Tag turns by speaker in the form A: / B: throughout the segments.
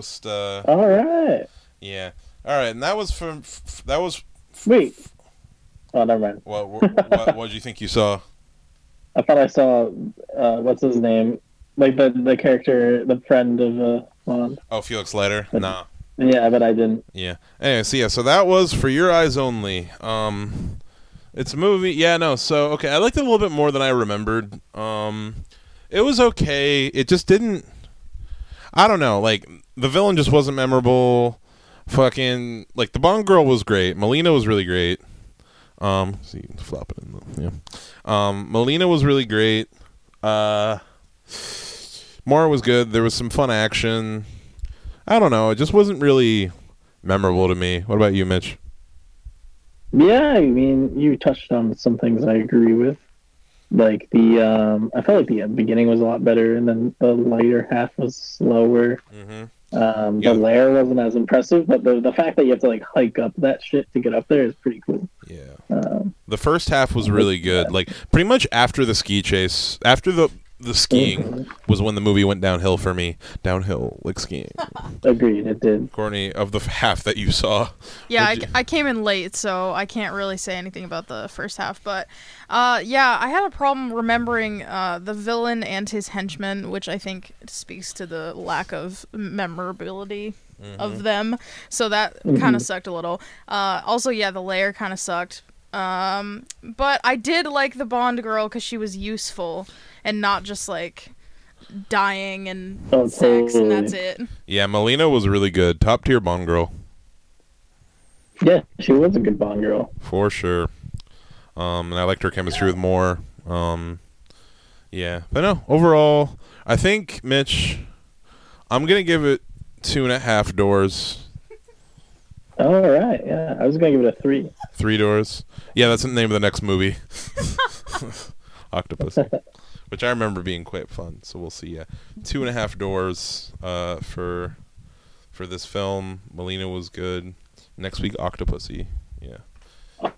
A: Just, uh,
B: All right.
A: yeah. All right, and that was from f- f- that was
B: Wait. Oh, never mind.
A: what what what what'd you think you saw?
B: I thought I saw uh, what's his name, like the the character, the friend of uh, Juan.
A: Oh, Felix Leiter. Nah.
B: Yeah, but I didn't.
A: Yeah. Anyway, so yeah, so that was for your eyes only. Um, it's a movie. Yeah, no. So okay, I liked it a little bit more than I remembered. Um, it was okay. It just didn't. I don't know. Like the villain just wasn't memorable. Fucking like the Bond girl was great. Melina was really great. Um, see, flop it in the yeah. Um, Melina was really great. Uh, Mara was good. There was some fun action. I don't know. It just wasn't really memorable to me. What about you, Mitch?
B: Yeah, I mean, you touched on some things I agree with. Like the, um, I felt like the beginning was a lot better, and then the later half was slower.
A: Mm-hmm.
B: Um,
A: Yeah.
B: The lair wasn't as impressive, but the the fact that you have to like hike up that shit to get up there is pretty cool.
A: Yeah.
B: Um,
A: The first half was really good. Like pretty much after the ski chase, after the the skiing was when the movie went downhill for me. Downhill like skiing.
B: agreed, it did.
A: Courtney, of the f- half that you saw.
C: Yeah, I,
A: Would you-
C: I came in late, so I can't really say anything about the first half. But uh, yeah, I had a problem remembering uh, the villain and his henchmen, which I think speaks to the lack of memorability of them. So that kind of sucked a little. Uh, also, yeah, the layer kind of sucked. Um, but I did like the Bond girl because she was useful and not just like dying and
B: Oh,
C: sex and that's
B: totally.
C: it.
A: Yeah, Melina was really good. Top tier Bond girl
B: Yeah, she was a good Bond girl.
A: for sure. Um, and I liked her chemistry with Moore. Um, yeah, but no. Overall, I think Mitch, I'm gonna give it two and a half doors.
B: All right, yeah, I was gonna give it a three.
A: Three Doors. Yeah, that's the name of the next movie. Octopus. Which I remember being quite fun. So we'll see. Yeah, two and a half doors uh, for for this film. Melina was good. Next week, Octopussy. Yeah.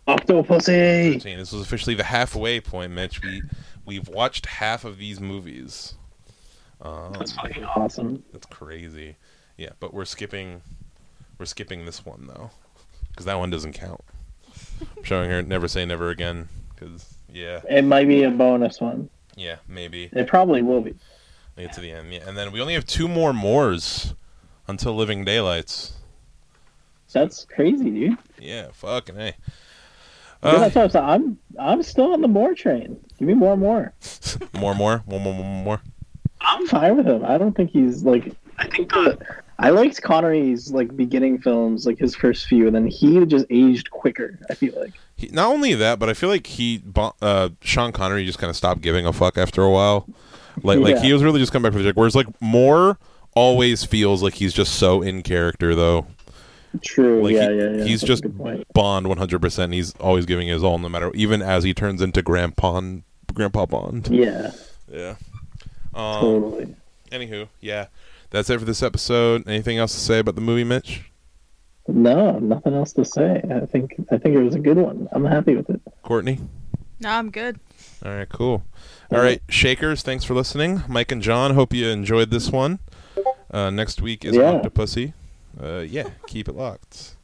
B: Octopussy.
A: Saying This was officially the halfway point, Mitch. We we've watched half of these movies. Um,
B: That's fucking awesome.
A: that's crazy. Yeah, but we're skipping we're skipping this one though, because that one doesn't count. I'm showing her "Never Say Never Again" because yeah,
B: It might be a bonus one.
A: yeah, maybe
B: It probably will be.
A: make it to the end. Yeah, and then we only have two more moors until Living Daylights.
B: That's crazy, dude.
A: Yeah, fucking hey.
B: Yeah, that's what I'm, saying. I'm I'm still on the more train. Give me more, more.
A: more, more, more, more, more, more.
B: I'm fine with him. I don't think he's like. I think the. I liked Connery's like beginning films, like his first few, and then he just aged quicker. I feel like.
A: He, not only that, but I feel like he, Bo- uh, Sean Connery, just kind of stopped giving a fuck after a while. Like, like
B: Yeah.
A: he was really just coming back for the check. Whereas, like Moore always feels like he's just so in character, though.
B: True.
A: Like
B: yeah,
A: he-
B: yeah, yeah.
A: he's
B: that's a
A: just
B: good point.
A: Bond 100. percent He's always giving his all, no matter even as he turns into Grandpa Grandpa Bond.
B: Yeah.
A: Yeah. Um,
B: Totally.
A: anywho, yeah, that's it for this episode. Anything else to say about the movie, Mitch?
B: No, nothing else to say. I think I think it was a good one. I'm happy with it.
A: Courtney?
C: No, I'm good.
A: All right, cool. All right, Shakers, thanks for listening. Mike and John, hope you enjoyed this one. Uh, next week is
B: Yeah.
A: Octopussy. Uh, yeah, keep it locked.